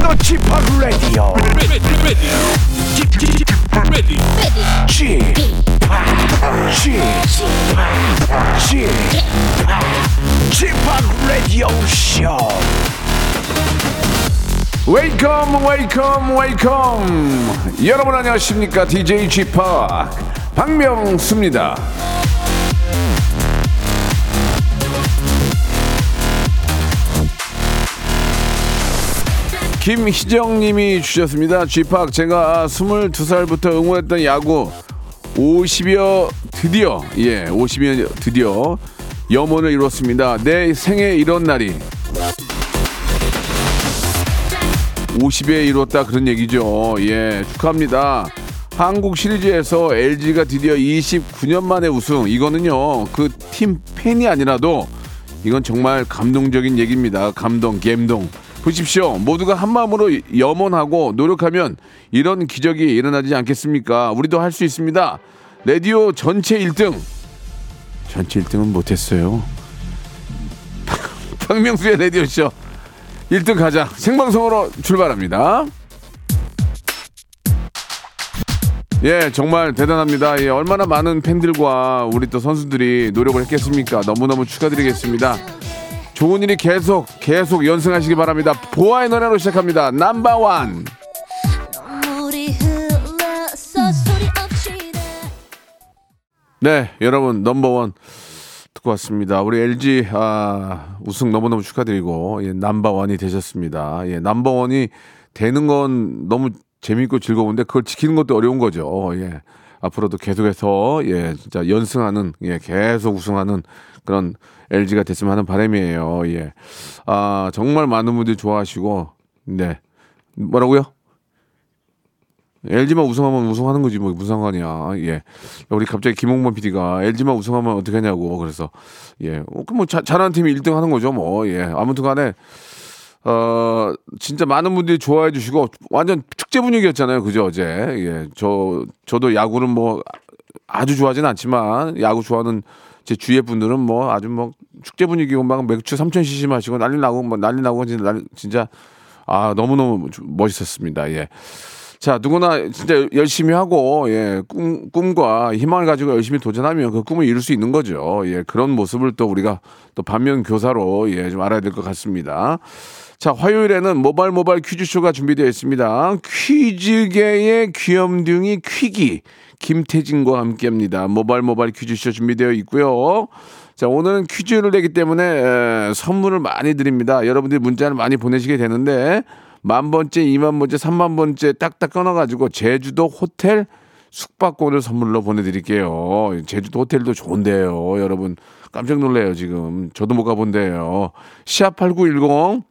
더 지팍 라디오 ready, ready, ready, ready, 지팍 지팍 지팍 지팍 라디오 쇼 웨이컴 웨이컴 웨이컴 여러분 안녕하십니까 DJ 지팍 박명수입니다 김희정님이 주셨습니다. 쥐팍 제가 22살부터 응원했던 야구 50여 드디어 예 50여 드디어 염원을 이뤘습니다. 내 생에 이런 날이 50에 이뤘다 그런 얘기죠. 예 축하합니다. 한국 시리즈에서 LG가 드디어 29년 만에 우승. 이거는요 그 팀 팬이 아니라도 이건 정말 감동적인 얘기입니다. 감동, 감동. 보십시오. 모두가 한마음으로 염원하고 노력하면 이런 기적이 일어나지 않겠습니까? 우리도 할 수 있습니다. 라디오 전체 1등. 전체 1등은 못했어요. 박명수의 라디오쇼. 1등 가자. 생방송으로 출발합니다. 예, 정말 대단합니다. 예, 얼마나 많은 팬들과 우리 또 선수들이 노력을 했겠습니까? 너무너무 축하드리겠습니다. 좋은 일이 계속 계속 연승하시기 바랍니다. 보아의 노래로 시작합니다. 넘버원. 물이 흘러서 소리 없이 나 네, 여러분 넘버원 듣고 왔습니다. 우리 LG 아, 우승 너무너무 축하드리고 예, 넘버원이 되셨습니다. 예, 넘버원이 되는 건 너무 재미있고 즐거운데 그걸 지키는 것도 어려운 거죠. 예. 앞으로도 계속해서 예, 진짜 연승하는 예, 계속 우승하는 그런 LG가 됐으면 하는 바람이에요. 예. 아, 정말 많은 분들이 좋아하시고 네. 뭐라고요? LG만 우승하면 우승하는 거지 뭐 무슨 상관이야. 예. 우리 갑자기 김홍범 PD가 LG만 우승하면 어떻게 하냐고 그래서 예. 어, 그럼 뭐 자- 잘하는 팀이 1등 하는 거죠 뭐. 예. 아무튼간에 어 진짜 많은 분들이 좋아해 주시고 완전 축제 분위기였잖아요. 그죠 어제. 예. 저 저도 야구는 뭐 아주 좋아하진 않지만 야구 좋아하는 제 주위의 분들은 뭐 아주 뭐 축제 분위기고 막 맥주 3000cc 마시고 난리 나고 뭐 난리 나고 진짜 난리- 진짜 아 너무너무 멋있었습니다. 예. 자 누구나 진짜 열심히 하고 예, 꿈, 꿈과 희망을 가지고 열심히 도전하면 그 꿈을 이룰 수 있는 거죠. 예, 그런 모습을 또 우리가 또 반면 교사로 예, 좀 알아야 될 것 같습니다. 자 화요일에는 모발 모발 퀴즈쇼가 준비되어 있습니다. 퀴즈계의 귀염둥이 퀴기 김태진과 함께합니다. 모발 모발 퀴즈쇼 준비되어 있고요. 자 오늘은 퀴즈를 내기 때문에 에, 선물을 많이 드립니다. 여러분들이 문자를 많이 보내시게 되는데 만 번째, 이만 번째, 삼만 번째 딱딱 끊어가지고 제주도 호텔 숙박권을 선물로 보내드릴게요. 제주도 호텔도 좋은데요. 여러분 깜짝 놀래요 지금. 저도 못 가본데요. 시아 8910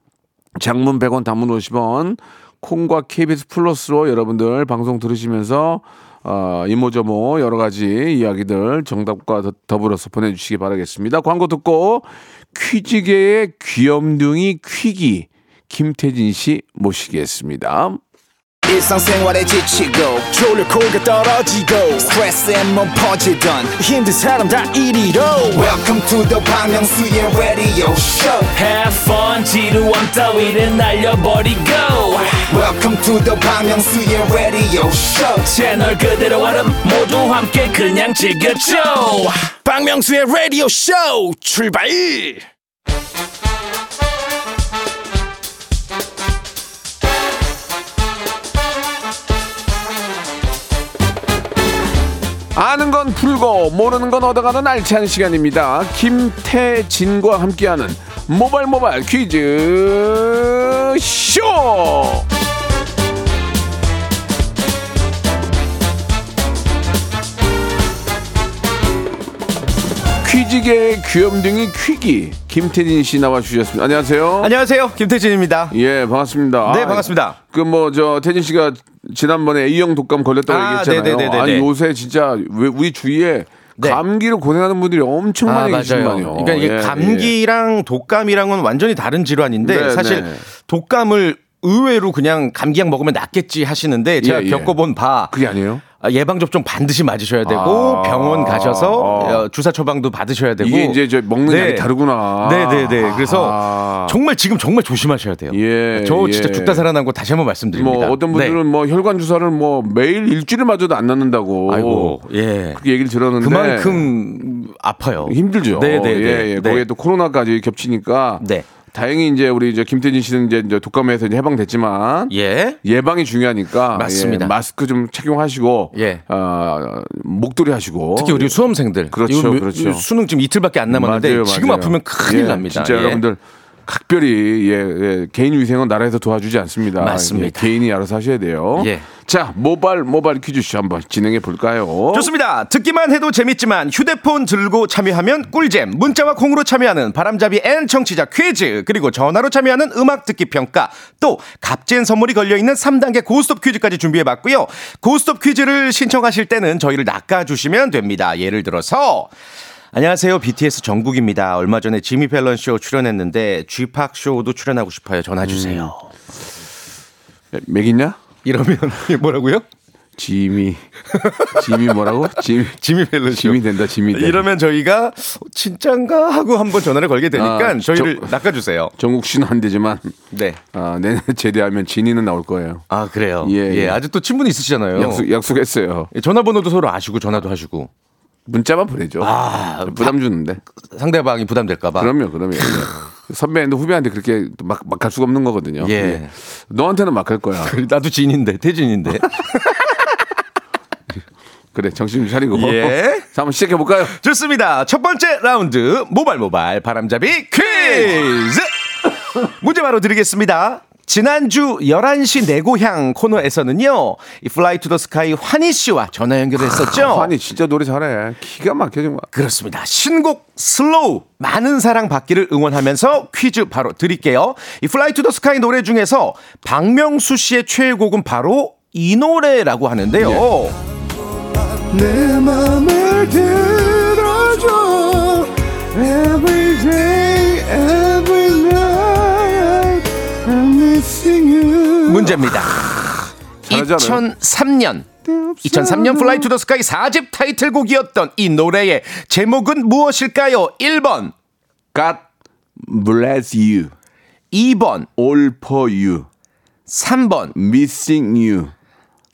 장문 100원, 단문 50원, 콩과 KBS 플러스로 여러분들 방송 들으시면서 어, 이모저모 여러 가지 이야기들 정답과 더- 더불어서 보내주시기 바라겠습니다. 광고 듣고 퀴즈계의 귀염둥이 퀴기 김태진 씨 모시겠습니다. 일상생활에 지치고, 졸려 코가 떨어지고, 스트레스에 몸 퍼지던, 힘든 사람 다 이리로. welcome to the Bang Myung-soo's radio show Have fun 지루한 따위를 날려버리고 welcome to the Bang Myung-soo's radio show 채널 그대로 와름 모두 함께 그냥 즐겨줘 박명수의 라디오 쇼 출발! 아는 건 풀고 모르는 건 얻어가는 알찬 시간입니다. 김태진과 함께하는 모발 모발 퀴즈 쇼. 퀴즈계의 귀염둥이 퀴기 김태진 씨 나와 주셨습니다. 안녕하세요. 안녕하세요. 김태진입니다. 예, 반갑습니다. 네, 아, 반갑습니다. 그 뭐 저 태진 씨가 지난번에 A형 독감 걸렸다고 아, 얘기했잖아요. 네네네네네. 아니 요새 진짜 왜 우리 주위에 네. 아, 감기로 고생하는 분들이 엄청 많이 계시만요. 그러니까 이게 아, 예, 예. 감기랑 독감이랑은 완전히 다른 질환인데 네, 사실 네. 독감을 의외로 그냥 감기약 먹으면 낫겠지 하시는데 제가 예, 예. 겪어본 바 그게 아니에요? 아, 예방접종 반드시 맞으셔야 되고 아. 병원 가셔서 어. 어, 주사 처방도 받으셔야 되고 이게 이제 저 먹는 네. 약이 다르구나. 네네네. 그래서 아. 정말 지금 정말 조심하셔야 돼요. 예, 저 예. 진짜 죽다 살아난 거 다시 한번 말씀드립니다. 뭐 어떤 네. 분들은 뭐 혈관 주사를 뭐 매일 일주일을 맞아도 안 낫는다고. 아이고 예 그렇게 얘기를 들었는데 그만큼 아파요. 힘들죠. 네네네. 예, 예. 거기에 또 코로나까지 겹치니까 네. 다행히 이제 우리 이제 김태진 씨는 이제, 이제 독감에서 이제 해방됐지만 예. 예방이 중요하니까 맞습니다. 예, 마스크 좀 착용하시고 예. 어, 목도리 하시고 특히 우리 수험생들 그렇죠, 이거 몇- 그렇죠. 수능 지금 이틀밖에 안 남았는데 맞아요, 지금 맞아요. 아프면 큰일 예, 납니다. 진짜 예. 여러분들 각별히 예, 예, 개인 위생은 나라에서 도와주지 않습니다. 맞습니다. 예, 개인이 알아서 하셔야 돼요. 예. 자 모발 모발 퀴즈쇼 한번 진행해 어? 볼까요? 좋습니다. 듣기만 해도 재밌지만 휴대폰 들고 참여하면 꿀잼. 문자와 콩으로 참여하는 바람잡이 N 청취자 퀴즈. 그리고 전화로 참여하는 음악 듣기 평가. 또 값진 선물이 걸려 있는 3단계 고스톱 퀴즈까지 준비해 봤고요. 고스톱 퀴즈를 신청하실 때는 저희를 낚아 주시면 됩니다. 예를 들어서 안녕하세요. BTS 정국입니다. 얼마 전에 지미 펠런 쇼 출연했는데 쥐팍 쇼도 출연하고 싶어요. 전화 음. 주세요. 예, 맥있냐? 이러면 뭐라고요? 짐이 짐이 뭐라고? 짐 지미 펠런 쇼. 짐이 된다. 짐이 된다. 이러면 저희가 진짠가 하고 한번 전화를 걸게 되니까 아, 저희를 저- 낚아주세요. 정국 씨는 안 되지만 네. 아, 내년 제대하면 진이는 나올 거예요. 아 그래요. 예, 예, 예. 아직도 친분이 있으시잖아요. 약속 약속했어요. 예, 전화번호도 서로 아시고 전화도 하시고 문자만 보내죠. 아, 부담 주는데. 상대방이 부담될까봐. 그럼요, 그럼요. 예. 선배한테 후배한테 그렇게 막 막 갈 수가 없는 거거든요. 예. 너한테는 막 갈 거야. 나도 지인인데 태진인데. 그래 정신 좀 차리고. 예. 자, 한번 시작해 볼까요? 좋습니다. 첫 번째 라운드 모발 모발 바람잡이 퀴즈. 문제 바로 드리겠습니다. 지난주 11시 내 고향 코너에서는요. 이 플라이 투 더 스카이 환희 씨와 전화 연결했었죠. 환이 진짜 노래 잘해. 기가 막혀 정말. 그렇습니다. 신곡 슬로우 많은 사랑 받기를 응원하면서 퀴즈 바로 드릴게요. 이 플라이 투 더 스카이 노래 중에서 박명수 씨의 최애곡은 바로 이 노래라고 하는데요. 예. 내 맘을 들어줘 Every day, every night I'm missing you 문제입니다. 아, 잘하잖아요. 2003년 2003년 플라이 투 더 스카이 4집 타이틀곡이었던 이 노래의 제목은 무엇일까요? 1번, God bless you 2번, All for you 3번, Missing you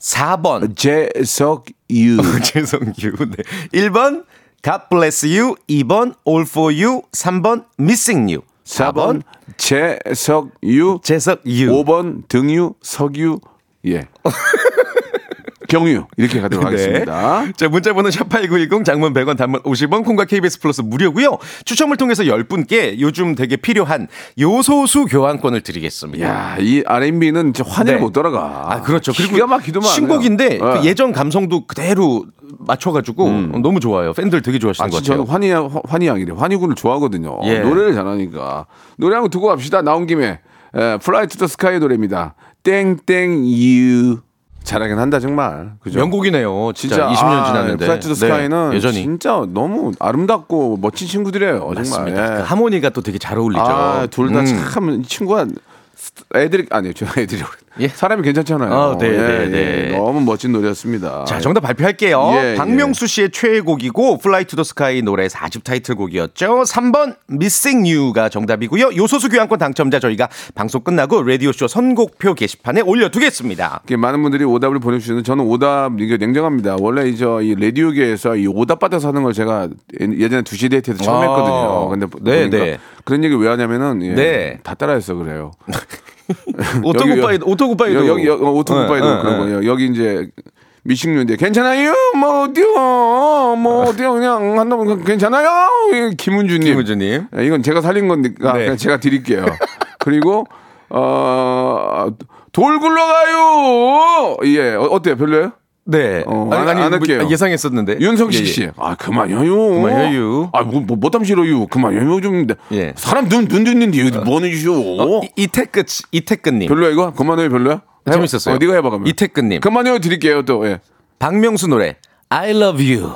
4번. 재석 you 최성규. 네. 1번 God bless you. 2번 all for you. 3번 missing you. 4번 재석 you 재석 you. 5번 등유 석유 예 경유 이렇게 가도록 하겠습니다 네. 자, 문자 번호 샵8910 장문 100원 단문 50원 콩과 KBS 플러스 무료고요. 추첨을 통해서 10분께 요즘 되게 필요한 요소수 교환권을 드리겠습니다. 야, 이 R&B는 환희를 네. 못 따라가. 아, 그렇죠. 그리고 기가 막히도만. 신곡인데 하네요. 그 예. 예전 감성도 그대로 맞춰 가지고 너무 좋아요. 팬들 되게 음. 좋아하시는 아, 것 진짜 같아요. 저는 환희, 환희 양이래. 환희군을 좋아하거든요. 예. 노래를 잘하니까. 노래 한곡 듣고 갑시다. 나온 김에. 예, 에, 플라이 투 더 스카이 노래입니다. 땡땡 유. 잘하긴 한다, 정말. 그죠? 명곡이네요. 진짜, 진짜 20년 아, 지났는데. 플라이 투 더 네, 스카이는 여전히 진짜 너무 아름답고 멋진 친구들이에요. 정말. 맞습니다. 예. 그 하모니가 또 되게 잘 어울리죠. 아, 둘 다 음. 참, 이 친구가 애들이, 아니요, 저 애들이. 예? 사람이 괜찮잖아요. 예, 아, 네, 네, 네. 너무 멋진 노래였습니다. 자, 정답 발표할게요. 예, 박명수 씨의 최애곡이고 플라이 투 더 스카이 노래 4집 타이틀곡이었죠. 3번 Missing You가 정답이고요. 요소수 교환권 당첨자 저희가 방송 끝나고 라디오 쇼 선곡표 게시판에 올려 두겠습니다. 이렇게 많은 분들이 오답을 보내주시는데 저는 오답 이게 냉정합니다. 원래 이저 이 라디오계에서 이 오답 받아서 하는 걸 제가 예전에 두시 데이트에서 처음 아. 했거든요. 근데 네, 보니까 네. 그런 얘기 왜 하냐면은 예, 네. 다 따라해서 그래요. 오토굿바이도 오토굿바이도 네, 여기, 여기 오토굿바이도 응, 응, 그런 응. 거예요. 여기 이제 미식류인데 괜찮아요? 뭐 어디요? 뭐 어디요? 그냥 한다면 괜찮아요? 예, 김은주님. 아. 김은주 님. 예, 이건 제가 살린 거니까 네. 그냥 제가 드릴게요. 그리고 어, 돌 굴러가요. 예, 어, 어때요? 별로예요? 네. 어, 안- 안 뭐, 할게요. 예상했었는데. 윤성식 예, 예. 씨, 아 그만해요. 그만해요. 아 뭐, 뭐 못담 싫어요. 그만해요 좀. 예. 사람 눈눈 듣는데 여기 뭐 해주셔. 어, 이- 이태끝 이태끝 님. 별로야 이거? 그만해요 별로야? 해봐. 재밌었어요. 어, 네가 해봐 그러면. 이태끝 님. 그만해요 드릴게요 또. 예. 박명수 노래 I love you.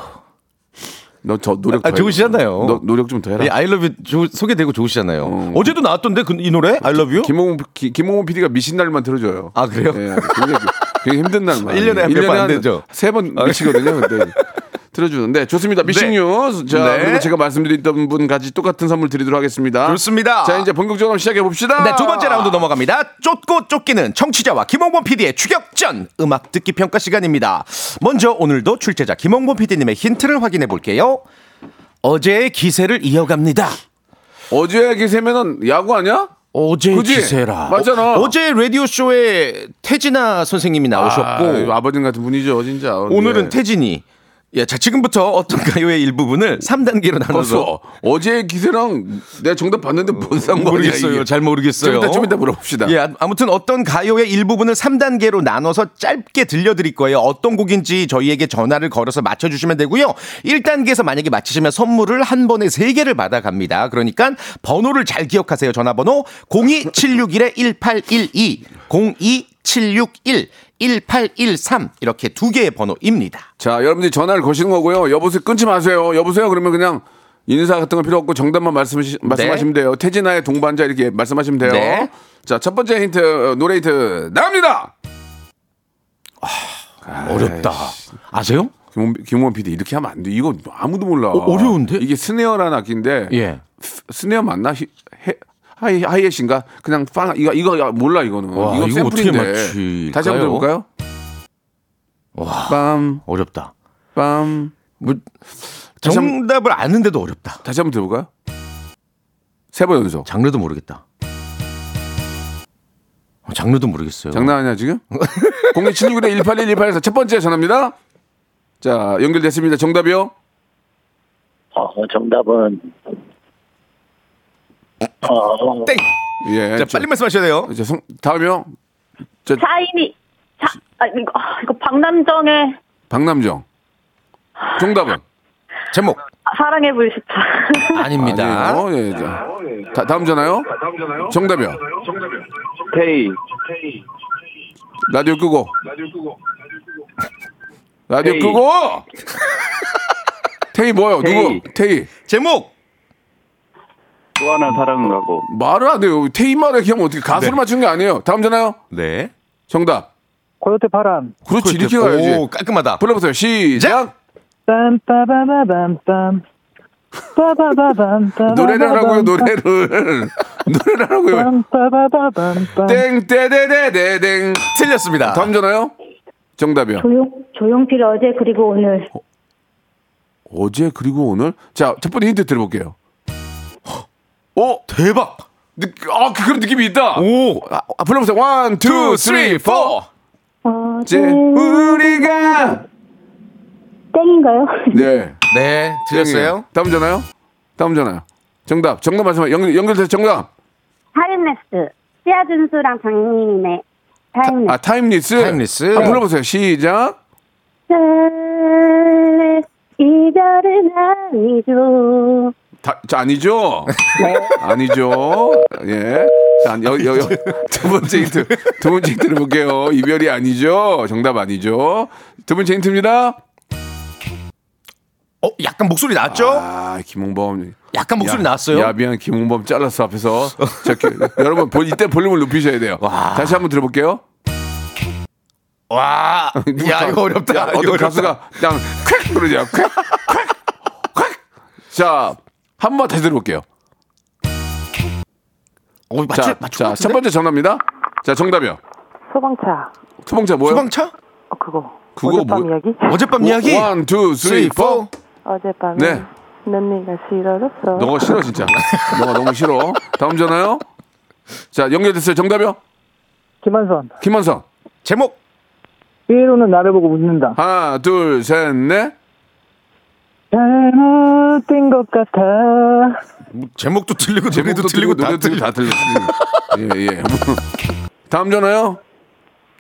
너 저 노력. 아, 더 좋으시잖아요. 해라. 너 노력 좀 더 해라. 이 I love you 조- 소개되고 좋으시잖아요. 음. 어제도 나왔던데 그, 이 노래 I love you? 김홍 김홍 PD가 미신 날만 들어줘요. 아, 그래요? 예, 굉장히 되게 힘든 날만. 예, 일 년에 한몇번안 되죠? 아, 세번 미치거든요. 근데 들어주는데 좋습니다. 미싱 네. 뉴스. 자 네. 그리고 제가 말씀드렸던 분까지 똑같은 선물 드리도록 하겠습니다. 좋습니다. 자 이제 본격적으로 시작해 봅시다. 네, 두 번째 라운드 넘어갑니다. 쫓고 쫓기는 청취자와 김홍범 PD의 추격전 음악 듣기 평가 시간입니다. 먼저 오늘도 출제자 김홍범 PD님의 힌트를 확인해 볼게요. 어제의 기세를 이어갑니다. 어제 기세면은 야구 아니야? 어제의 그지? 기세라. 맞잖아. 어, 제 라디오 쇼에 태진아 선생님이 나오셨고 아, 버님 같은 분이죠, 진짜. 오늘은 예. 태진이. 예, 자 지금부터 어떤 가요의 일부분을 3단계로 벌써 나눠서 어제 기세랑 내가 정답 봤는데 뭔 상관이야? 모르겠어요. 이게. 잘 모르겠어요. 좀 이따, 좀 이따 물어봅시다. 예, 아- 아무튼 어떤 가요의 일부분을 3단계로 나눠서 짧게 들려드릴 거예요. 어떤 곡인지 저희에게 전화를 걸어서 맞춰주시면 되고요. 1단계에서 만약에 맞히시면 선물을 한 번에 3개를 받아갑니다. 그러니까 번호를 잘 기억하세요. 전화번호 02761-1812, 02761 1813 이렇게 두 개의 번호입니다. 자, 여러분들이 전화를 거시는 거고요. 여보세요 끊지 마세요. 여보세요 그러면 그냥 인사 같은 건 필요 없고 정답만 말씀하시, 말씀하시면 돼요. 태진아의 동반자 이렇게 말씀하시면 돼요. 네. 자, 첫 번째 힌트 어, 노래 힌트 나갑니다. 어렵다. 아세요? 김원, 김원 PD 이렇게 하면 안 돼. 이거 아무도 몰라. 어, 어려운데? 이게 스네어라는 악기인데 예. 스- 스네어 맞나? 히- 해- 하이 하이햇인가? 그냥 빵 이거 이거 야, 몰라 이거는. 와, 이건 이거 어떻게 샘플인데. 맞힐까요? 다시 한번 들어볼까요? 와. 빰, 어렵다. 빰. 뭐 다시 한- 정답을 아는데도 어렵다. 다시 한번 들어볼까요? 세 번 연속. 장르도 모르겠다. 어, 장르도 모르겠어요. 장난하냐 지금? 0276에 181184 첫 번째 전화입니다. 자 연결됐습니다. 정답이요? 어, 정답은 어, 땡. 예. 자, 빨리 말씀하셔야 돼요. 저, 저 성, 다음이요? 저 차이니 자 아, 이거, 아, 이거 박남정의 박남정. 정답은 제목 사랑의 불시착 아닙니다. 아니에요. 예, 자. 다, 다음 전화요? 정답이요. 페이 라디오 끄고. 라디오 테이. 끄고. 테이 뭐요? 테이. 누구? 테이. 제목 또 하나 사랑을 하고 말을 안 해요. 테이 말을 그냥 어떻게 가수를 네. 맞춘 게 아니에요. 다음 전화요? 네. 정답. 코요테 파란 그렇지 이렇게 가야지. 오, 깔끔하다. 불러보세요. 시작. 빰빠바바밤빰 빠바바밤 노래를 하라고요. 노래를. 노래를 하라고요. 빰빠바바밤빰 땡 떼데데데땡. 틀렸습니다. 다음 전화요? 정답이요. 조용 조용필 어제 그리고 오늘 어제 그리고 오늘. 자, 첫 번째 힌트 들어볼게요. 오 대박. 느, 아, 그- 그런 느낌이 있다. 오 아, 아, 불러보세요. 원, 투, 쓰리, 포. 이제 어제 네. 우리가 땡인가요? 네. 네 틀렸어요. 다음 전화요? 다음 전화요. 정답. 정답 말씀해. 연결 연결돼서 정답. 하임네스 씨앗준수랑 장미님의 아, 하임네스 타임리스. 타임리스. 한번 불러보세요. 시작. 아. 이별은 아니죠 다, 자, 아니죠? 아니죠? 예. 자, 여, 여, 여, 두 번째 힌트. 두 번째 힌트를 볼게요. 이별이 아니죠? 정답 아니죠? 두 번째 힌트입니다. 어 약간 목소리 나왔죠? 아, 김홍범. 약간 목소리 야, 나왔어요. 야비한 김홍범 잘랐어 앞에서. 저, 기- 여러분 볼- 이때 볼륨을 높이셔야 돼요. 와. 다시 한번 들어볼게요. 와. 야 이거 어렵다. 야, 이거 어떤 어렵다. 가수가 그냥 콱 그러냐. 콱, 콱, 콱. 자, 한 번 다시 들어볼게요. 어, 맞추 자, 맞추 자, 첫 번째 전화입니다. 자, 정답이요. 소방차 투봉자 뭐요? 소방차? 어, 그거 그거 어젯밤 뭐- 이야기 어젯밤 이야기. 원, 투, 쓰리, 포. 어젯밤에 네. 넌 네가 싫어졌어 너가 싫어 진짜. 너가 너무 싫어. 다음 전화요. 자, 연결됐어요. 정답이요. 김한선 김원성. 제목 피로는 나를 보고 웃는다 하나, 둘, 셋, 넷. 잘못된 것 같아 제목도 틀리고 노래도 제목도 틀리고 틀리고 다 노래도 틀리고 틀려. 다 틀려. 예, 예. 다음 전화요.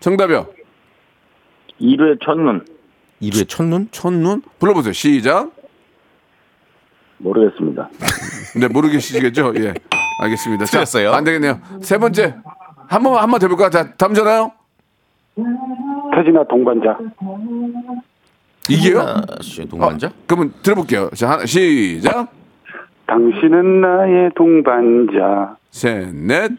정답이요. 이루의 첫눈 이루의 첫눈? 첫눈 불러보세요. 시작. 모르겠습니다. 네, 모르겠시겠죠? 예. 알겠습니다. 자, 틀렸어요. 안 되겠네요. 세 번째. 한 번, 한번 해볼까? 자, 다음 전화요. 태진아 동반자 이게요? 아, 씨, 동반자? 어, 그러면 들어볼게요. 자, 하나, 시작. 당신은 나의 동반자 셋, 넷.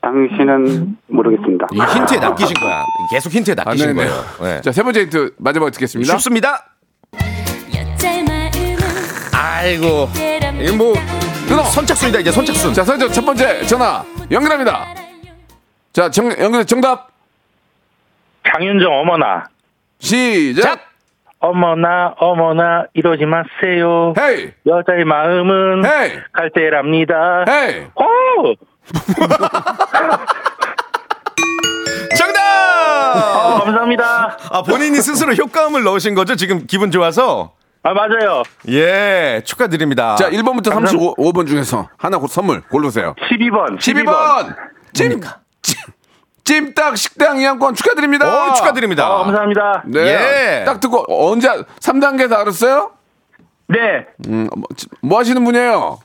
당신은 모르겠습니다. 이 힌트에 낚이신 거야. 계속 힌트에 안 낚이신 아. 되네요. 거예요. 네. 자, 세 번째 힌트 마지막 듣겠습니다. 쉽습니다. 여자의 마음은 아이고. 깨랍니다. 이거 뭐 끊어. 선착순이다 이제 선착순. 자, 선저 첫 번째 전화 연결합니다. 자, 정, 연결 정답 장윤정 어머나 시작. 어머나 어머나 이러지 마세요 헤이, 여자의 마음은 헤이, 갈대랍니다 헤이. 오! 정답. 감사합니다 아 본인이 스스로 효과음을 넣으신 거죠? 지금 기분 좋아서. 아 맞아요 예 축하드립니다. 자, 1번부터 35번 중에서 하나 고- 선물 고르세요. 12번 12번 찜, 찜 찜닭 식당 이용권 축하드립니다. 어 축하드립니다. 아, 어, 감사합니다 네. 예. 딱 듣고 언제 3단계 다 알았어요? 네 음, 뭐, 지- 뭐 하시는 분이에요?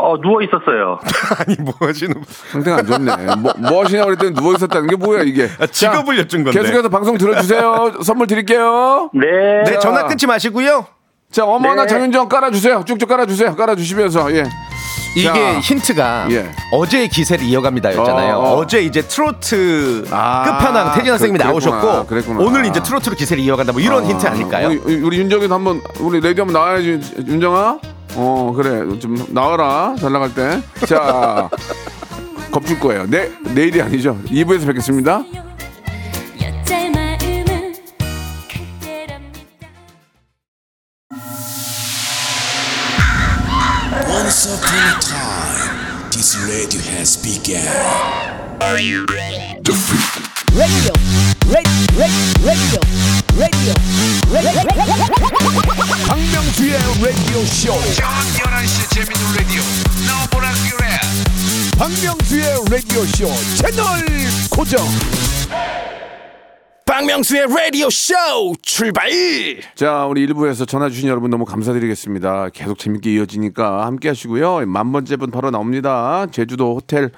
어, 누워 있었어요 아니 뭐 하시는 상태가 안 좋네. 뭐, 뭐 하시냐고 그랬더니 누워 있었다는 게 뭐야 이게? 아, 직업을 자, 여쭌 건데. 계속해서 방송 들어주세요. 선물 드릴게요. 네 네 전화 끊지 마시고요. 자, 어머나 네. 장윤정 깔아주세요. 쭉쭉 깔아주세요. 깔아주시면서 예. 이게 자. 힌트가 예. 어제의 기세를 이어갑니다였잖아요. 어, 어. 어, 제 이제 트로트 아, 끝판왕 태진 선생님이 그- 그랬구나, 나오셨고 그랬구나. 오늘 이제 트로트로 기세를 이어간다 뭐 이런 힌트 아닐까요? 우리, 우리 윤정이도 한번 우리 레디 한번 나와야지 윤정아. 어 그래 좀 나와라 잘 나갈 때. 자 겁줄 거예요. 내 내일이 아니죠. 2부에서 뵙겠습니다. 여자의 마음은 그 갈대랍니다. 박명수의 라디오 쇼 출발 자 우리 1부에서 전화 주신 여러분 너무 감사드리겠습니다. 계속 재밌게 이어지니까 함께하시고요. 만 번째 분 바로 나옵니다. 제주도 호텔.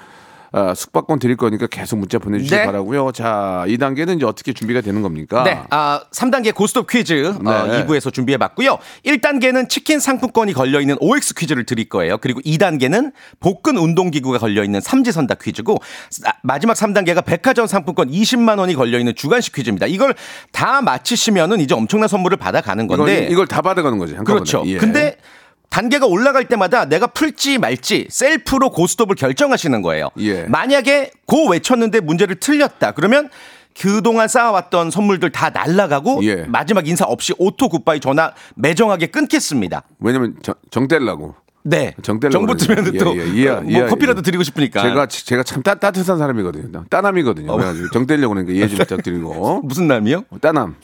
아, 숙박권 드릴 거니까 계속 문자 보내주시기 네. 바라고요. 자, 이 단계는 이제 어떻게 준비가 되는 겁니까? 네, 아, 3단계 고스톱 퀴즈 네. 어, 2부에서 준비해봤고요. 1단계는 치킨 상품권이 걸려있는 OX 퀴즈를 드릴 거예요. 그리고 2단계는 복근 운동기구가 걸려있는 삼지선다 퀴즈고 아, 마지막 3단계가 백화점 상품권 20만 원이 걸려있는 주간식 퀴즈입니다. 이걸 다 마치시면은 이제 엄청난 선물을 받아가는 이걸, 네. 건데 이걸 다 받아가는 거지. 한꺼번에. 그렇죠. 예. 근데 단계가 올라갈 때마다 내가 풀지 말지 셀프로 고스톱을 결정하시는 거예요. 예. 만약에 고 외쳤는데 문제를 틀렸다. 그러면 그동안 쌓아왔던 선물들 다 날라가고 예. 마지막 인사 없이 오토 굿바이 전화 매정하게 끊겠습니다. 왜냐면 정, 정 떼려고. 네. 정 때리려고 정부 뜨면 그러지. 또 예, 예, 이해, 뭐 이해, 커피라도 이해. 드리고 싶으니까. 어. 제가 치- 제가 참 따, 따뜻한 사람이거든요. 나 따남이거든요. 그래가지고 정 떼려고 그러니까 이해 좀 부탁드리고. 무슨 남이요? 따남.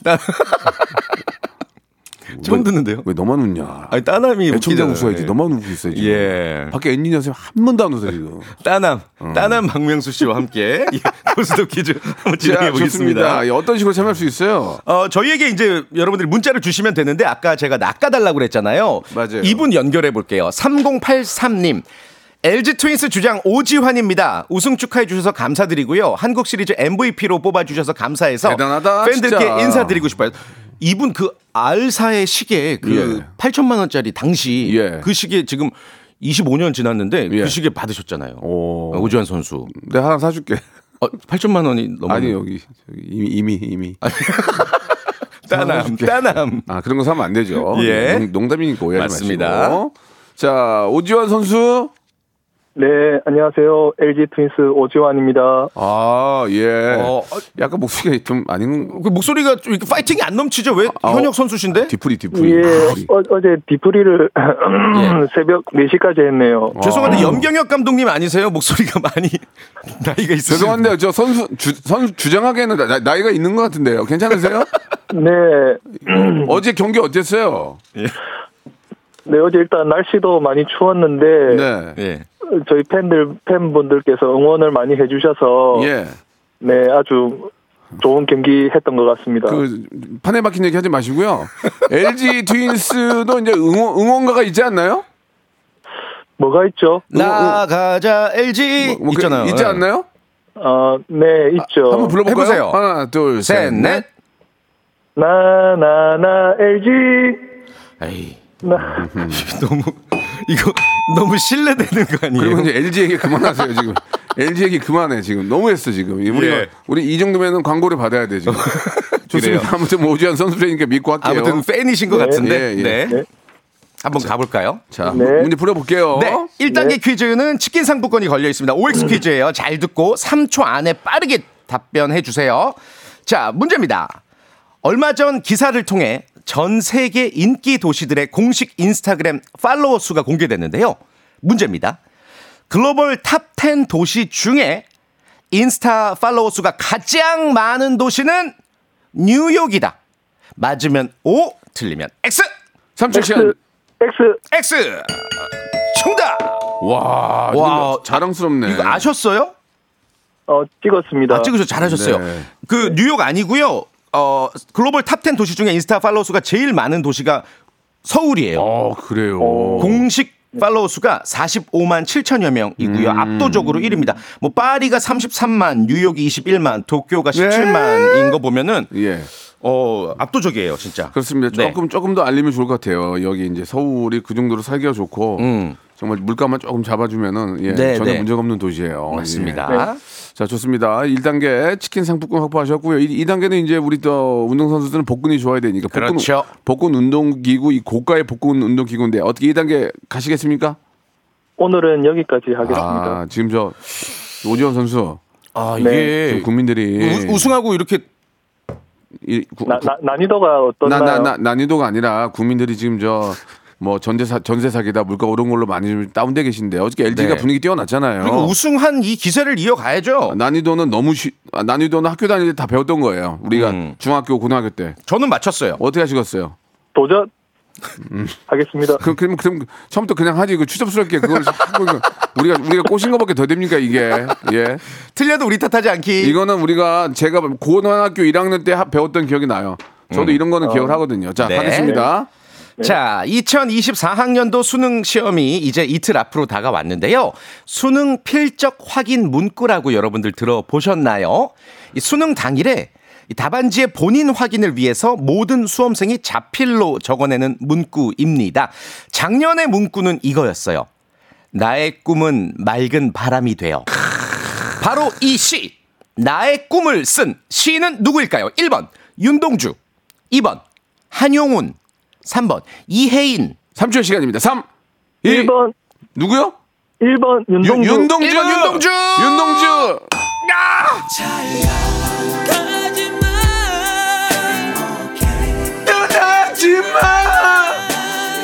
처음 듣는데요. 왜 너만 웃냐? 아니 따남이 애청자 웃기잖아요. 웃어야지. 너만 웃고 있어요 지금. 예. 밖에 엔진 연습 한 번도 안 웃어 지금. 따남, 따남 박명수 씨와 함께 예, 고스톱 퀴즈 한번 진행해 자, 보겠습니다. 좋습니다. 예, 어떤 식으로 참여할 수 있어요? 어, 저희에게 이제 여러분들이 문자를 주시면 되는데 아까 제가 낚아달라고 그랬잖아요. 맞아요. 이분 연결해 볼게요. 3083님. LG 트윈스 주장 오지환입니다. 우승 축하해 주셔서 감사드리고요. 한국 시리즈 MVP로 뽑아 주셔서 감사해서 대단하다, 팬들께 진짜. 인사드리고 싶어요. 이분 그 R사의 시계 그 예. 8천만 원짜리 당시 예. 그 시계 지금 25년 지났는데 예. 그 시계 받으셨잖아요. 오. 오. 지환 선수. 어, 내가 하나 사줄게. 어, 8천만 원이 넘는 아니 여기 여기 이미 이미 이미. 아. 따남 사줄게. 따남. 아 그런 거 사면 안 되죠. 예. 농- 농담이니까 오해하지 맞습니다. 마시고. 자 오지환 선수. 네, 안녕하세요. LG 트윈스 오지환입니다. 아 예. 어, 약간 목소리가 좀 아닌 그 목소리가 좀 이렇게 파이팅이 안 넘치죠? 왜 아, 어. 현역 선수신데? 뒤풀이 뒤풀이. 예, 뒤풀이. 어, 어제 디프리를 새벽 4시까지 했네요. 죄송한데 아. 염경엽 감독님 아니세요? 목소리가 많이 나이가 있으신 죄송한데요. 저 선수 주, 선수 주장하기에는 나, 나이가 있는 것 같은데요. 괜찮으세요? 네, 어제 경기 어땠어요? 네, 어제 일단 날씨도 많이 추웠는데, 네. 예. 저희 팬들, 팬분들께서 응원을 많이 해주셔서, 예. 네, 아주 좋은 경기 했던 것 같습니다. 그 판에 박힌 얘기 하지 마시고요. LG 트윈스도 이제 응원, 응원가가 있지 않나요? 뭐가 있죠? 나가자 LG 뭐 그- 있잖아요. 있지 예. 않나요? 어, 네, 있죠. 아, 한번 불러볼까요? 해보세요. 하나, 둘, 예. 셋, 넷. 나, 나, 나, LG. 에이, 나, 너무 이거 너무 신뢰되는 거 아니에요? 예. 그리고 이제 LG에게 그만하세요 지금. LG 얘기 그만해 지금 너무 했어 지금 이- 우리 예. 우리 이 정도면은 광고를 받아야 돼 지금 좋습니다 아무튼 뭐 오지환 선수라니까 믿고 할게요 아무튼 팬이신 것 네. 같은데. 예, 예. 네. 한번 가볼까요? 자 네. 문제 풀어볼게요 음. 네. 1단계 퀴즈는 치킨 상품권이 걸려 있습니다. OX 퀴즈예요. 잘 듣고 3초 안에 빠르게 답변해 주세요. 자, 문제입니다. 얼마 전 기사를 통해 전 세계 인기 도시들의 공식 인스타그램 팔로워 수가 공개됐는데요. 문제입니다. 글로벌 탑 10 도시 중에 인스타 팔로워 수가 가장 많은 도시는 뉴욕이다. 맞으면 O, 틀리면 X. 3초 네. 시간 그 X X. 정답. 와, 와, 와 자랑스럽네 이거 아셨어요? 어 찍었습니다. 아, 찍으셔 잘하셨어요. 네. 그 뉴욕 아니고요. 어, 글로벌 탑 10 도시 중에 인스타 팔로우 수가 제일 많은 도시가 서울이에요. 어 그래요 공식 팔로우 수가 45만 7천여 명이고요. 음. 압도적으로 1위입니다. 뭐 파리가 33만, 뉴욕이 21만, 도쿄가 네. 17만인 거 보면은 예 어, 압도적이에요, 진짜. 그렇습니다. 네. 조금 조금 더 알리면 좋을 것 같아요. 여기 이제 서울이 그 정도로 살기가 좋고 정말 물가만 조금 잡아주면은 예, 음. 네, 전혀 네. 문제가 없는 도시예요. 맞습니다. 예. 자 좋습니다. 1단계 치킨 상품권 확보하셨고요. 2, 단계는 이제 우리 또 운동선수들은 복근이 좋아야 되니까 복근, 그렇죠. 복근 운동기구 이 고가의 복근 운동기구인데 어떻게 2단계 가시겠습니까? 오늘은 여기까지 하겠습니다. 아 지금 저 오지원 선수 예. 아, 네. 지금 이게 국민들이 우, 승하고 이렇게 이- 구- 나, 나, 난이도가 나, 어떠나요? 나, 나, 난이도가 아니라 국민들이 지금 저, 뭐 전세사, 전세사기다 물가 오른 걸로 많이 좀 다운돼 계신데 어저께 LG가 네. 분위기 뛰어났잖아요. 그리고 우승한 이 기세를 이어가야죠. 난이도는 너무 쉬, 아, 난이도는 학교 다닐 때 다 배웠던 거예요. 우리가 음. 중학교, 고등학교 때. 저는 맞췄어요. 어떻게 하시겠어요? 도전 하겠습니다. 그, 그럼, 그럼 처음부터 그냥 하지. 그 추접스럽게 그걸 자꾸 이거 우리가, 우리가 꼬신 거밖에 더 됩니까, 이게. 예. 틀려도 우리 탓하지 않기. 이거는 우리가 제가 고등학교 1학년 때 하- 배웠던 기억이 나요. 저도 이런 거는 기억을 하거든요. 자, 음. 어. 네. 가겠습니다. 자, 2024학년도 수능 시험이 이제 이틀 앞으로 다가왔는데요. 수능 필적 확인 문구라고 여러분들 들어보셨나요? 이 수능 당일에 이 답안지의 본인 확인을 위해서 모든 수험생이 자필로 적어내는 문구입니다. 작년의 문구는 이거였어요. 나의 꿈은 맑은 바람이 되어. 바로 이 시. 나의 꿈을 쓴 시인은 누구일까요? 1번 윤동주, 2번 한용운, 3번 이혜인. 3초의 시간입니다. 3, 2, 1번 누구요? 1번 윤동주 윤동주 일번 윤동주! 윤동주!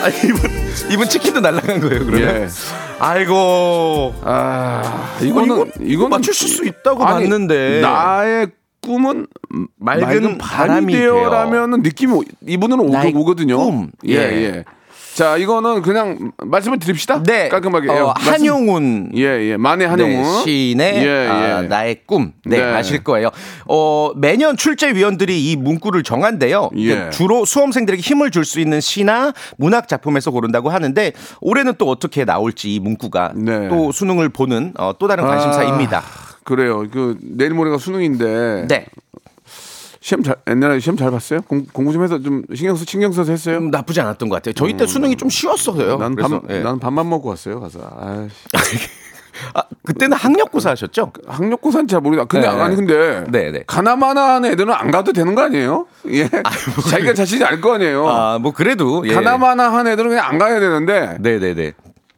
아, 이분 이분 치킨도 날라간 거예요, 그러면. 예. 아이고. 아 이거는 이거- 이거 이거는- 맞추실 수 있다고 아니, 봤는데. 나의 꿈은 맑은 맑은, 바람이 바람이 되어라면은 느낌이 오- 이분은 오, 나의 오거든요. 꿈. 예, 예. 예. 자, 이거는 그냥 말씀을 드립시다. 네. 깔끔하게. 예, 어, 말씀- 한용운 예, 예. 만의 한용운. 네, 시인의 예, 아, 예. 나의 꿈. 네, 네. 아실 거예요. 어, 매년 출제위원들이 이 문구를 정한대요. 그러니까 예. 주로 수험생들에게 힘을 줄 수 있는 시나 문학 작품에서 고른다고 하는데 올해는 또 어떻게 나올지 이 문구가 네. 또 수능을 보는 어, 또 다른 관심사입니다. 아, 그래요. 그 내일 모레가 수능인데 네. 시험 잘 옛날에 시험 잘 봤어요? 공, 공부 좀 해서 좀 신경 써 신경 써서 했어요? 좀 나쁘지 않았던 것 같아요. 저희 때 수능이 좀 쉬웠어요. 음, 난, 그래서, 밥, 음, 예. 난 밥만 먹고 왔어요 가서 아이씨. 아, 그때는 학력고사 하셨죠? 학력고사는 잘 모르겠다. 근데 네. 아니 근데 네, 네. 가나마나한 애들은 안 가도 되는 거 아니에요? 예. 자기가 자신이 알 거 아니에요. 뭐 아, 뭐 그래도 예. 가나마나한 애들은 그냥 안 가야 되는데 네, 네, 네.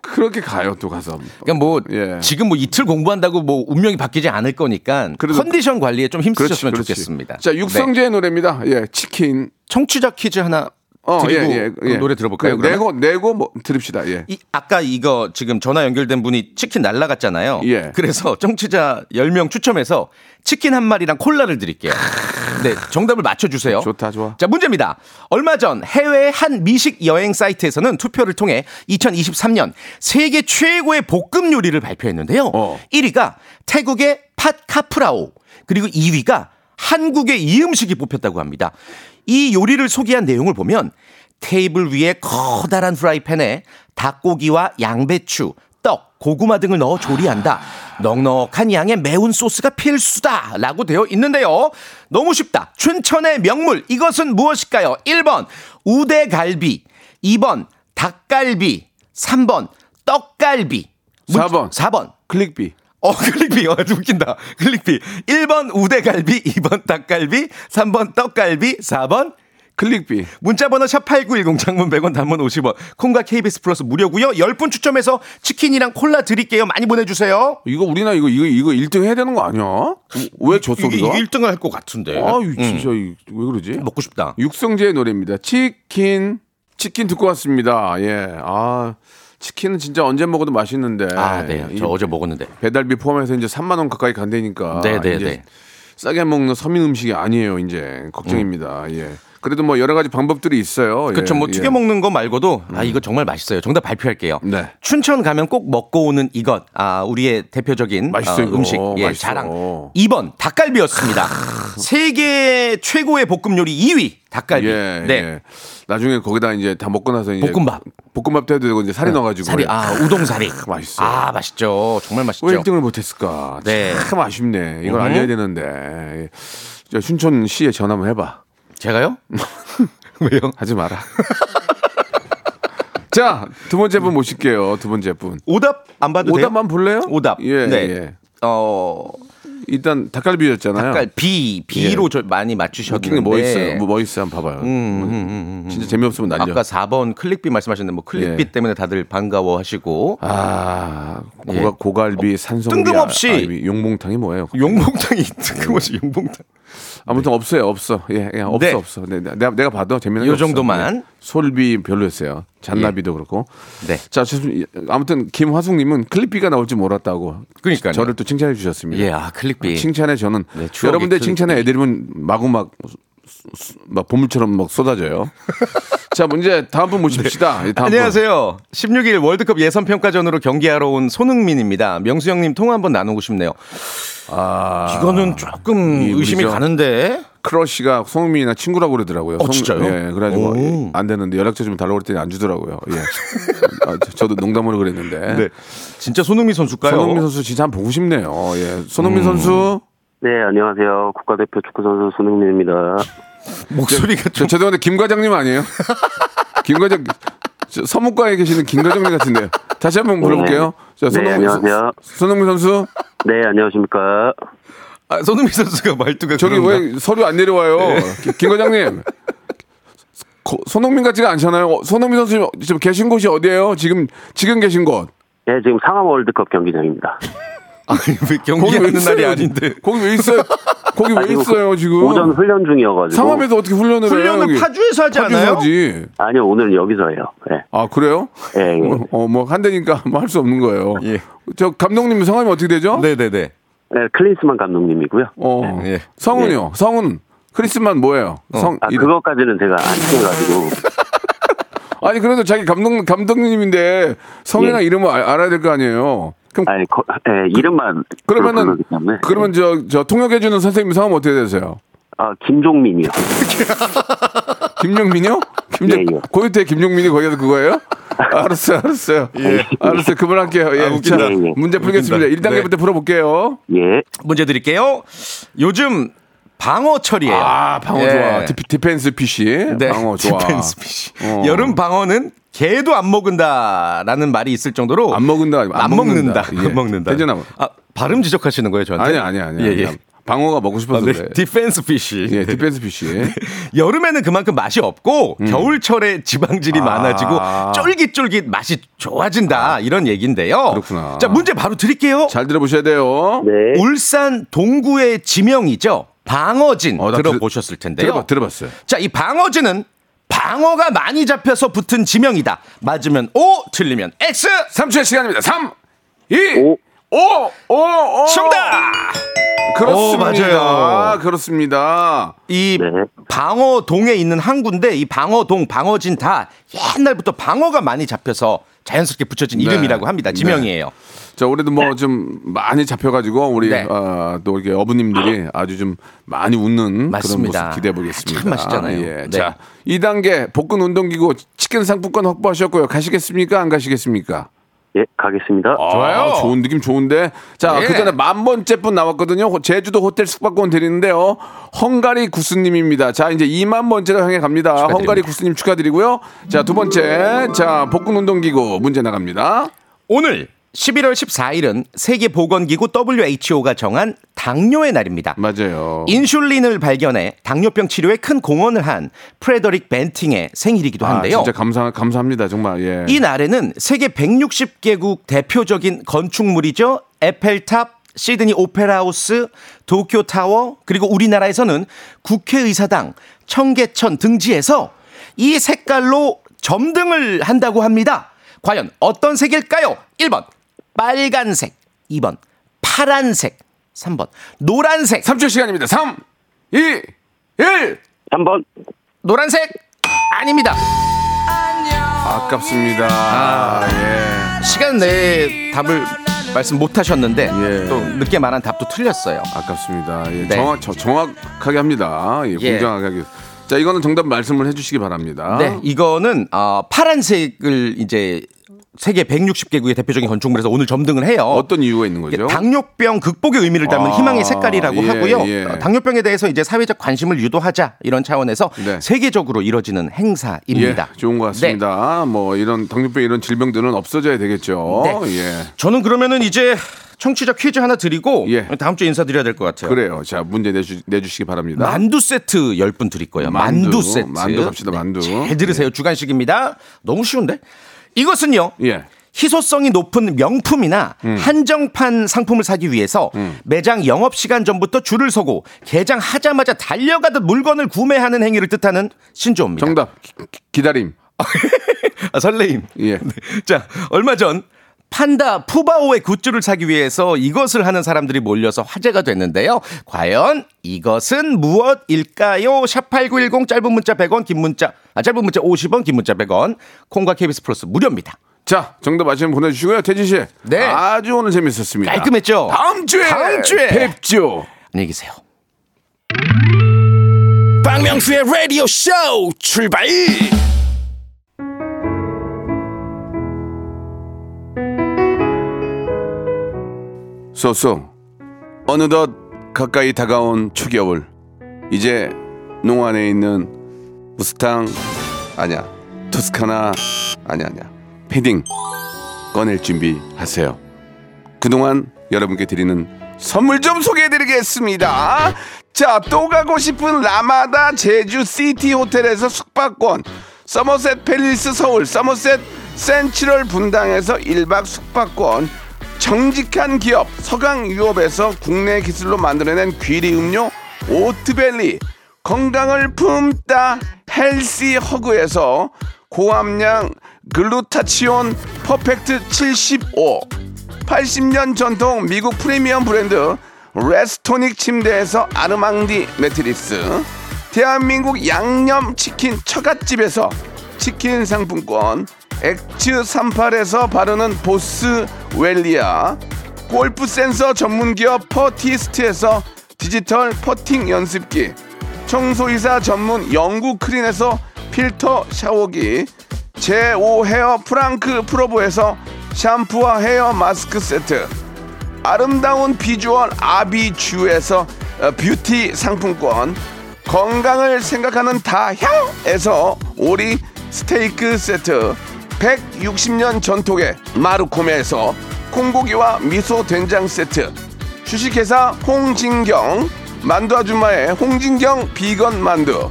그렇게 가요 또 가서. 그러니까 뭐 예. 지금 뭐 이틀 공부한다고 뭐 운명이 바뀌지 않을 거니까 그래도- 컨디션 관리에 좀 힘쓰셨으면 그렇지. 좋겠습니다. 자 네. 육성재의 노래입니다. 예, 치킨. 청취자 퀴즈 하나 어, 드리고 예, 그 예, 예. 노래 들어볼까요? 네, 그러면? 내고 내고 뭐 들읍시다. 예. 이, 아까 이거 지금 전화 연결된 분이 치킨 날라갔잖아요. 예. 그래서 청취자 10명 추첨해서 치킨 한 마리랑 콜라를 드릴게요. 네, 정답을 맞춰주세요. 좋다, 좋아. 자, 문제입니다. 얼마 전 해외 한 미식 여행 사이트에서는 투표를 통해 2023년 세계 최고의 볶음 요리를 발표했는데요. 어. 1위가 태국의 팟카프라오, 그리고 2위가 한국의 이 음식이 뽑혔다고 합니다. 이 요리를 소개한 내용을 보면 테이블 위에 커다란 프라이팬에 닭고기와 양배추, 떡, 고구마 등을 넣어 조리한다. 넉넉한 양의 매운 소스가 필수다. 라고 되어 있는데요. 너무 쉽다. 춘천의 명물. 이것은 무엇일까요? 1번, 우대갈비. 2번, 닭갈비. 3번, 떡갈비. 문- 사 번. 사번 클릭비. 어, 클릭비. 어, 웃긴다. 클릭비. 1번 우대갈비, 2번 닭갈비, 3번 떡갈비, 4번 클릭비. 문자번호 샵8910 장문 100원 단문 50원 콩과 KBS 플러스 무료고요 10분 추첨해서 치킨이랑 콜라 드릴게요 많이 보내주세요 이거 우리나 이거 이거 이거 1등 해야 되는 거 아니야? 왜 줬어 이게 음. 우리가? 1등을 할 것 같은데 아유 진짜 이- 왜 그러지? 먹고 싶다 육성재의 노래입니다. 치킨 치킨 듣고 왔습니다. 예. 아 치킨은 진짜 언제 먹어도 맛있는데. 예. 이 아네저 어제 먹었는데 배달비 포함해서 이제 3만 원 가까이 간다니까. 네, 네, 이제 네. 싸게 먹는 서민 음식이 아니에요. 이제 걱정입니다. 예. 그래도 뭐 여러 가지 방법들이 있어요. 음. 그렇죠 예, 뭐 예. 음. 튀겨 먹는 거 말고도 아 이거 정말 맛있어요 정답 발표할게요 네. 춘천 가면 꼭 먹고 오는 이것 아 우리의 대표적인 맛있어, 어, 이거. 음식 예 맛있어. 자랑 2번 닭갈비였습니다 세계 최고의 볶음 요리 2위 닭갈비 예, 네 예. 나중에 거기다 이제 다 먹고 나서 이제 볶음밥. 볶음밥도 해도 되고 이제 살이 넣어가지고. 예. 사리 아 우동사리 맛있어. 아 맛있죠 정말 맛있죠 왜 1등을 못했을까? 네. 참 아쉽네. 이걸 음. 알려야 되는데. 예. 저 춘천 시에 전화 한번 해봐. 제가요 왜요 하지 마라. 자, 두 번째 분 모실게요. 두 번째 분. 오답 안 봐도 돼요 오답만 볼래요? 오답 예, 네. 예. 어 일단 닭갈비였잖아요. 닭갈 비 비로 저 많이 맞추셨는데 음, 킹이 뭐 있어요? 뭐, 뭐 있어요? 한번 봐봐요. 진짜 재미없으면 날려. 아까 4번 클릭비 말씀하셨는데 뭐 클릭비 예. 때문에 다들 반가워하시고 아, 고가, 예. 고갈비, 산성비, 뜬금없이. 아, 아, 용봉탕이 뭐예요? 용봉탕이 그것이 용봉탕 아무튼 없어요, 없어. 예, 예 없어, 네. 없어. 네, 네, 내가 내가 봐도 재미는 요 정도만. 솔비 네. 별로였어요. 잔나비도 그렇고. 네. 자, 죄송- 예, 아무튼 김화숙님은 클립비가 나올 줄 몰랐다고. 그러니까요. 저를 또 칭찬해 주셨습니다. 예아 클릭비 칭찬에 저는 네, 추억의 여러분들 클릭비. 칭찬에 애드립은 마구 막, 수- 수- 막 보물처럼 막 쏟아져요. 자, 문제 다음 분 모십시다. 예, 다음 분. 네. 안녕하세요. 16일 월드컵 예선 평가전으로 경기하러 온 손흥민입니다. 명수 형님 통화 한번 나누고 싶네요. 아, 이거는 조금 이 의심이 우리죠. 가는데 크러쉬가 송민이나 친구라고 그러더라고요. 송- 어, 진짜요? 예, 그래가지고 오. 안 되는데 연락처 좀 달라고 그랬더니 안 주더라고요. 예. 아, 저- 저도 농담으로 그랬는데. 네. 진짜 손흥민 선수일까요? 손흥민 선수 진짜 한번 보고 싶네요. 예. 손흥민 음. 선수. 네, 안녕하세요. 국가대표 축구선수 손흥민입니다. 네. 목소리가 저, 좀 죄송한데 김 과장님 아니에요? 김 과장 저, 서무과에 계시는 김 과장님 같은데요. 다시 한번 불러볼게요. 자, 네, 안녕하세요. 선- 손흥민 선수. 네, 안녕하십니까. 아, 손흥민 선수가 말투가 저기 그런가? 왜 서류 안 내려와요? 네. 김- 김 과장님. 거- 손흥민 같지가 않잖아요. 어, 손흥민 선수 지금 계신 곳이 어디예요? 지금 지금 계신 곳. 네, 지금 상암 월드컵 경기장입니다. 아니, 왜 경기하는 날이 있어요? 아닌데 거기 왜 있어요? 거기 왜 있어요 지금? 아, 그 오전 훈련 중이어가지고. 상암에서 어떻게 훈련을 해요? 훈련을 여기? 파주에서 하지 않아요? 파주에서 하지. 아니요, 오늘 여기서 해요. 네. 아 그래요? 예, 예. 어 뭐 한대니까 뭐 할 수 없는 거예요. 예. 저 감독님 성함이 어떻게 되죠? 네네네. 네, 클린스만 감독님이고요. 어 예. 성은요. 성은 크리스만 뭐예요? 성 아, 이름. 그것까지는 제가 안 친해가지고. 아니 그래도 자기 감독 감독님인데 성이나 예. 이름을 알, 아야 될 거 아니에요. 그럼 아니, 거, 예, 이름만. 그러면은 불렀기 때문에. 예. 그러면 저 저 통역해 주는 선생님 성함 어떻게 되세요? 아, 김종민이요. 김용민이요? 김용 예, 예. 고유태 김용민이 거기서 그거예요? 알았어요, 알았어요. 알았어요. 그만할게요. 예, 아, 웃긴다. 자, 예, 예. 문제 풀겠습니다. 웃긴다. 1단계부터 풀어볼게요. 예. 문제 드릴게요. 요즘 방어철이에요. 아, 방어 예. 좋아. 디피, 디펜스 PC. 네. 방어 좋아. 디펜스 피쉬. 어. 여름 방어는 개도 안 먹는다라는 말이 있을 정도로 안 먹는다, 안, 아니면 안 먹는다. 먹는다. 예. 안 먹는다. 대전하고. 아, 발음 지적하시는 거예요, 저한테? 아니, 아니, 아니. 예, 아니. 예. 방어가 먹고 싶어서 아, 네. 그래. 디펜스 피쉬. 네. 예, 디펜스 PC. 여름에는 그만큼 맛이 없고 겨울철에 지방질이 음. 아. 많아지고 쫄깃쫄깃 맛이 좋아진다 이런 얘기인데요. 그렇구나. 자 문제 바로 드릴게요. 잘 들어보셔야 돼요. 네. 울산 동구의 지명이죠. 방어진 어, 나 들- 들어보셨을 텐데요. 들어봐, 들어봤어요. 자, 이 방어진은 방어가 많이 잡혀서 붙은 지명이다. 맞으면 O, 틀리면 X. 3초의 시간입니다. 3, 2, 오. 5, 5, 5. 정답. 그렇습니다. 오, 맞아요. 아, 그렇습니다. 이 네. 방어동에 있는 항구인데 이 방어동, 방어진 다 옛날부터 방어가 많이 잡혀서 자연스럽게 붙여진 네. 이름이라고 합니다. 지명이에요. 자, 올해도 뭐 좀 많이 잡혀가지고 우리 네. 아, 또 이렇게 어부님들이 아주 좀 많이 웃는 맞습니다. 그런 모습 기대해 보겠습니다. 참 맛있잖아요. 예. 네. 자, 2단계 복근 운동기구 치킨 상품권 확보하셨고요. 가시겠습니까? 안 가시겠습니까? 예, 가겠습니다. 좋아요. 아, 좋은 느낌 좋은데. 자, 예. 그 전에 만 번째 분 나왔거든요. 호- 제주도 호텔 숙박권 드리는데요. 헝가리 구스님입니다. 자, 이제 2만 번째로 향해 갑니다. 헝가리 구스님 축하드리고요. 자, 두 번째. 자, 복근 운동기구 문제 나갑니다. 오늘 11월 14일은 세계보건기구 WHO가 정한 당뇨의 날입니다. 맞아요. 인슐린을 발견해 당뇨병 치료에 큰 공헌을 한 프레더릭 벤팅의 생일이기도 한데요. 아, 진짜 감사 감사합니다 정말 예. 이 날에는 세계 160개국 대표적인 건축물이죠. 에펠탑, 시드니 오페라하우스, 도쿄 타워, 그리고 우리나라에서는 국회의사당, 청계천 등지에서 이 색깔로 점등을 한다고 합니다. 과연 어떤 색일까요? 1번 빨간색, 2번 파란색, 3번 노란색. 3초 시간입니다. 3, 2, 1. 3번. 노란색 아닙니다. 아깝습니다. 아, 예. 시간 내에 답을 말씀 못 하셨는데 예. 또 늦게 말한 답도 틀렸어요. 아깝습니다. 예. 네. 정확, 저- 정확하게 합니다. 예, 예. 공정하게. 자, 이거는 정답 말씀을 해주시기 바랍니다. 네, 이거는 어, 파란색을 이제 세계 160개국의 대표적인 건축물에서 오늘 점등을 해요. 어떤 이유가 있는 이게 거죠? 당뇨병 극복의 의미를 담은 아, 희망의 색깔이라고 예, 하고요. 예. 어, 당뇨병에 대해서 이제 사회적 관심을 유도하자 이런 차원에서 네. 세계적으로 이뤄지는 행사입니다. 예, 좋은 것 네. 같습니다. 뭐 이런 당뇨병 이런 질병들은 없어져야 되겠죠. 네. 예. 저는 그러면은 이제 청취자 퀴즈 하나 드리고 예. 다음 주에 인사드려야 될 것 같아요. 그래요. 자, 문제 내주, 내주시기 바랍니다. 만두 세트 10분 드릴 거예요. 만두. 만두, 세트. 네. 만두 갑시다, 만두. 잘 들으세요. 주간식입니다. 너무 쉬운데? 이것은요. 예. 음. 희소성이 높은 명품이나 한정판 상품을 사기 위해서 매장 영업 시간 전부터 줄을 서고 개장하자마자 달려가듯 물건을 구매하는 행위를 뜻하는 신조어입니다. 정답. 기, 기- 기다림. 아, 설레임. 예. 자, 얼마 전 판다 푸바오의 굿즈를 사기 위해서 이것을 하는 사람들이 몰려서 화제가 됐는데요. 과연 이것은 무엇일까요? 샵8910 짧은 문자 100원, 긴 문자, 아, 짧은 문자 50원, 긴 문자 100원. 콩과 KBS 플러스 무료입니다. 자, 정답 아시면 보내주시고요. 태진 씨. 네. 아주 오늘 재밌었습니다. 깔끔했죠? 다음 주에. 어. 다음 주에. 뵙죠. 안녕히 계세요. 박명수의 라디오 쇼 출발 소소. 어느덧 가까이 다가온 추겨울. 이제 농안에 있는 무스탕 아니야. 토스카나 아니야 아니야. 패딩 꺼낼 준비하세요. 그동안 여러분께 드리는 선물 좀 소개해드리겠습니다. 자, 또 가고 싶은 라마다 제주 시티 호텔에서 숙박권, 서머셋 팰리스 서울, 서머셋 센츄럴 분당에서 1박 숙박권, 정직한 기업 서강유업에서 국내 기술로 만들어낸 귀리 음료 오트밸리, 건강을 품다 헬시 허그에서 고함량 글루타치온 퍼펙트 75 80년 전통 미국 프리미엄 브랜드 레스토닉 침대에서 아르망디 매트리스 대한민국 양념치킨 처갓집에서 치킨 상품권 엑츠38에서 바르는 보스 웰리아 골프 센서 전문기업 퍼티스트에서 디지털 퍼팅 연습기 청소이사 전문 영구 크린에서 필터 샤워기 제5 헤어 프랑크 프로보에서 샴푸와 헤어 마스크 세트 아름다운 비주얼 아비주에서 어, 뷰티 상품권 건강을 생각하는 다향에서 오리 스테이크 세트 160년 전통의 마루코메에서 콩고기와 미소 된장 세트 주식회사 홍진경 만두 아줌마의 홍진경 비건 만두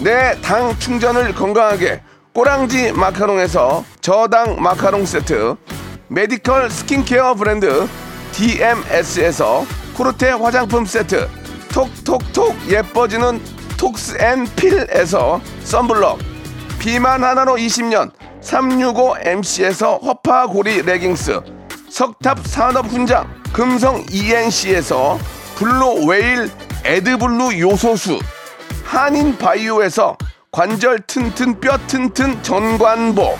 내 당 충전을 건강하게 꼬랑지 마카롱에서 저당 마카롱 세트 메디컬 스킨케어 브랜드 DMS에서 코르테 화장품 세트 톡톡톡 예뻐지는 톡스앤필에서 썬블럭 비만 하나로 20년 365MC에서 허파고리 레깅스 석탑 산업훈장 금성 ENC에서 블루웨일 에드블루 요소수 한인 바이오에서 관절 튼튼 뼈 튼튼 전관복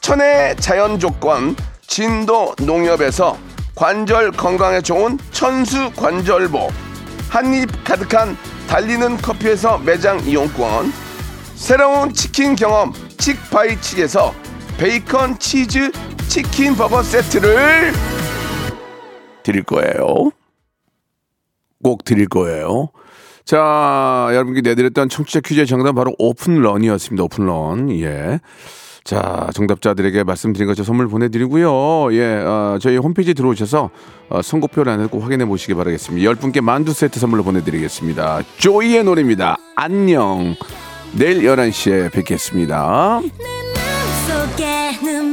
천혜의 자연 조건 진도 농협에서 관절 건강에 좋은 천수 관절보 한입 가득한 달리는 커피에서 매장 이용권 새로운 치킨 경험 칙바이칙에서 베이컨 치즈 치킨 버거 세트를 드릴 거예요. 꼭 드릴 거예요. 자, 여러분께 내드렸던 청취자 퀴즈의 정답은 바로 오픈런이었습니다. 오픈런. 예. 자, 정답자들에게 말씀드린 것처럼 선물 보내드리고요. 예, 아, 저희 홈페이지 들어오셔서 어, 선곡표란을 꼭 확인해 보시기 바라겠습니다. 열 분께 만두 세트 선물로 보내드리겠습니다. 조이의 노래입니다. 안녕. 내일 11시에 뵙겠습니다. 내 마음속에 는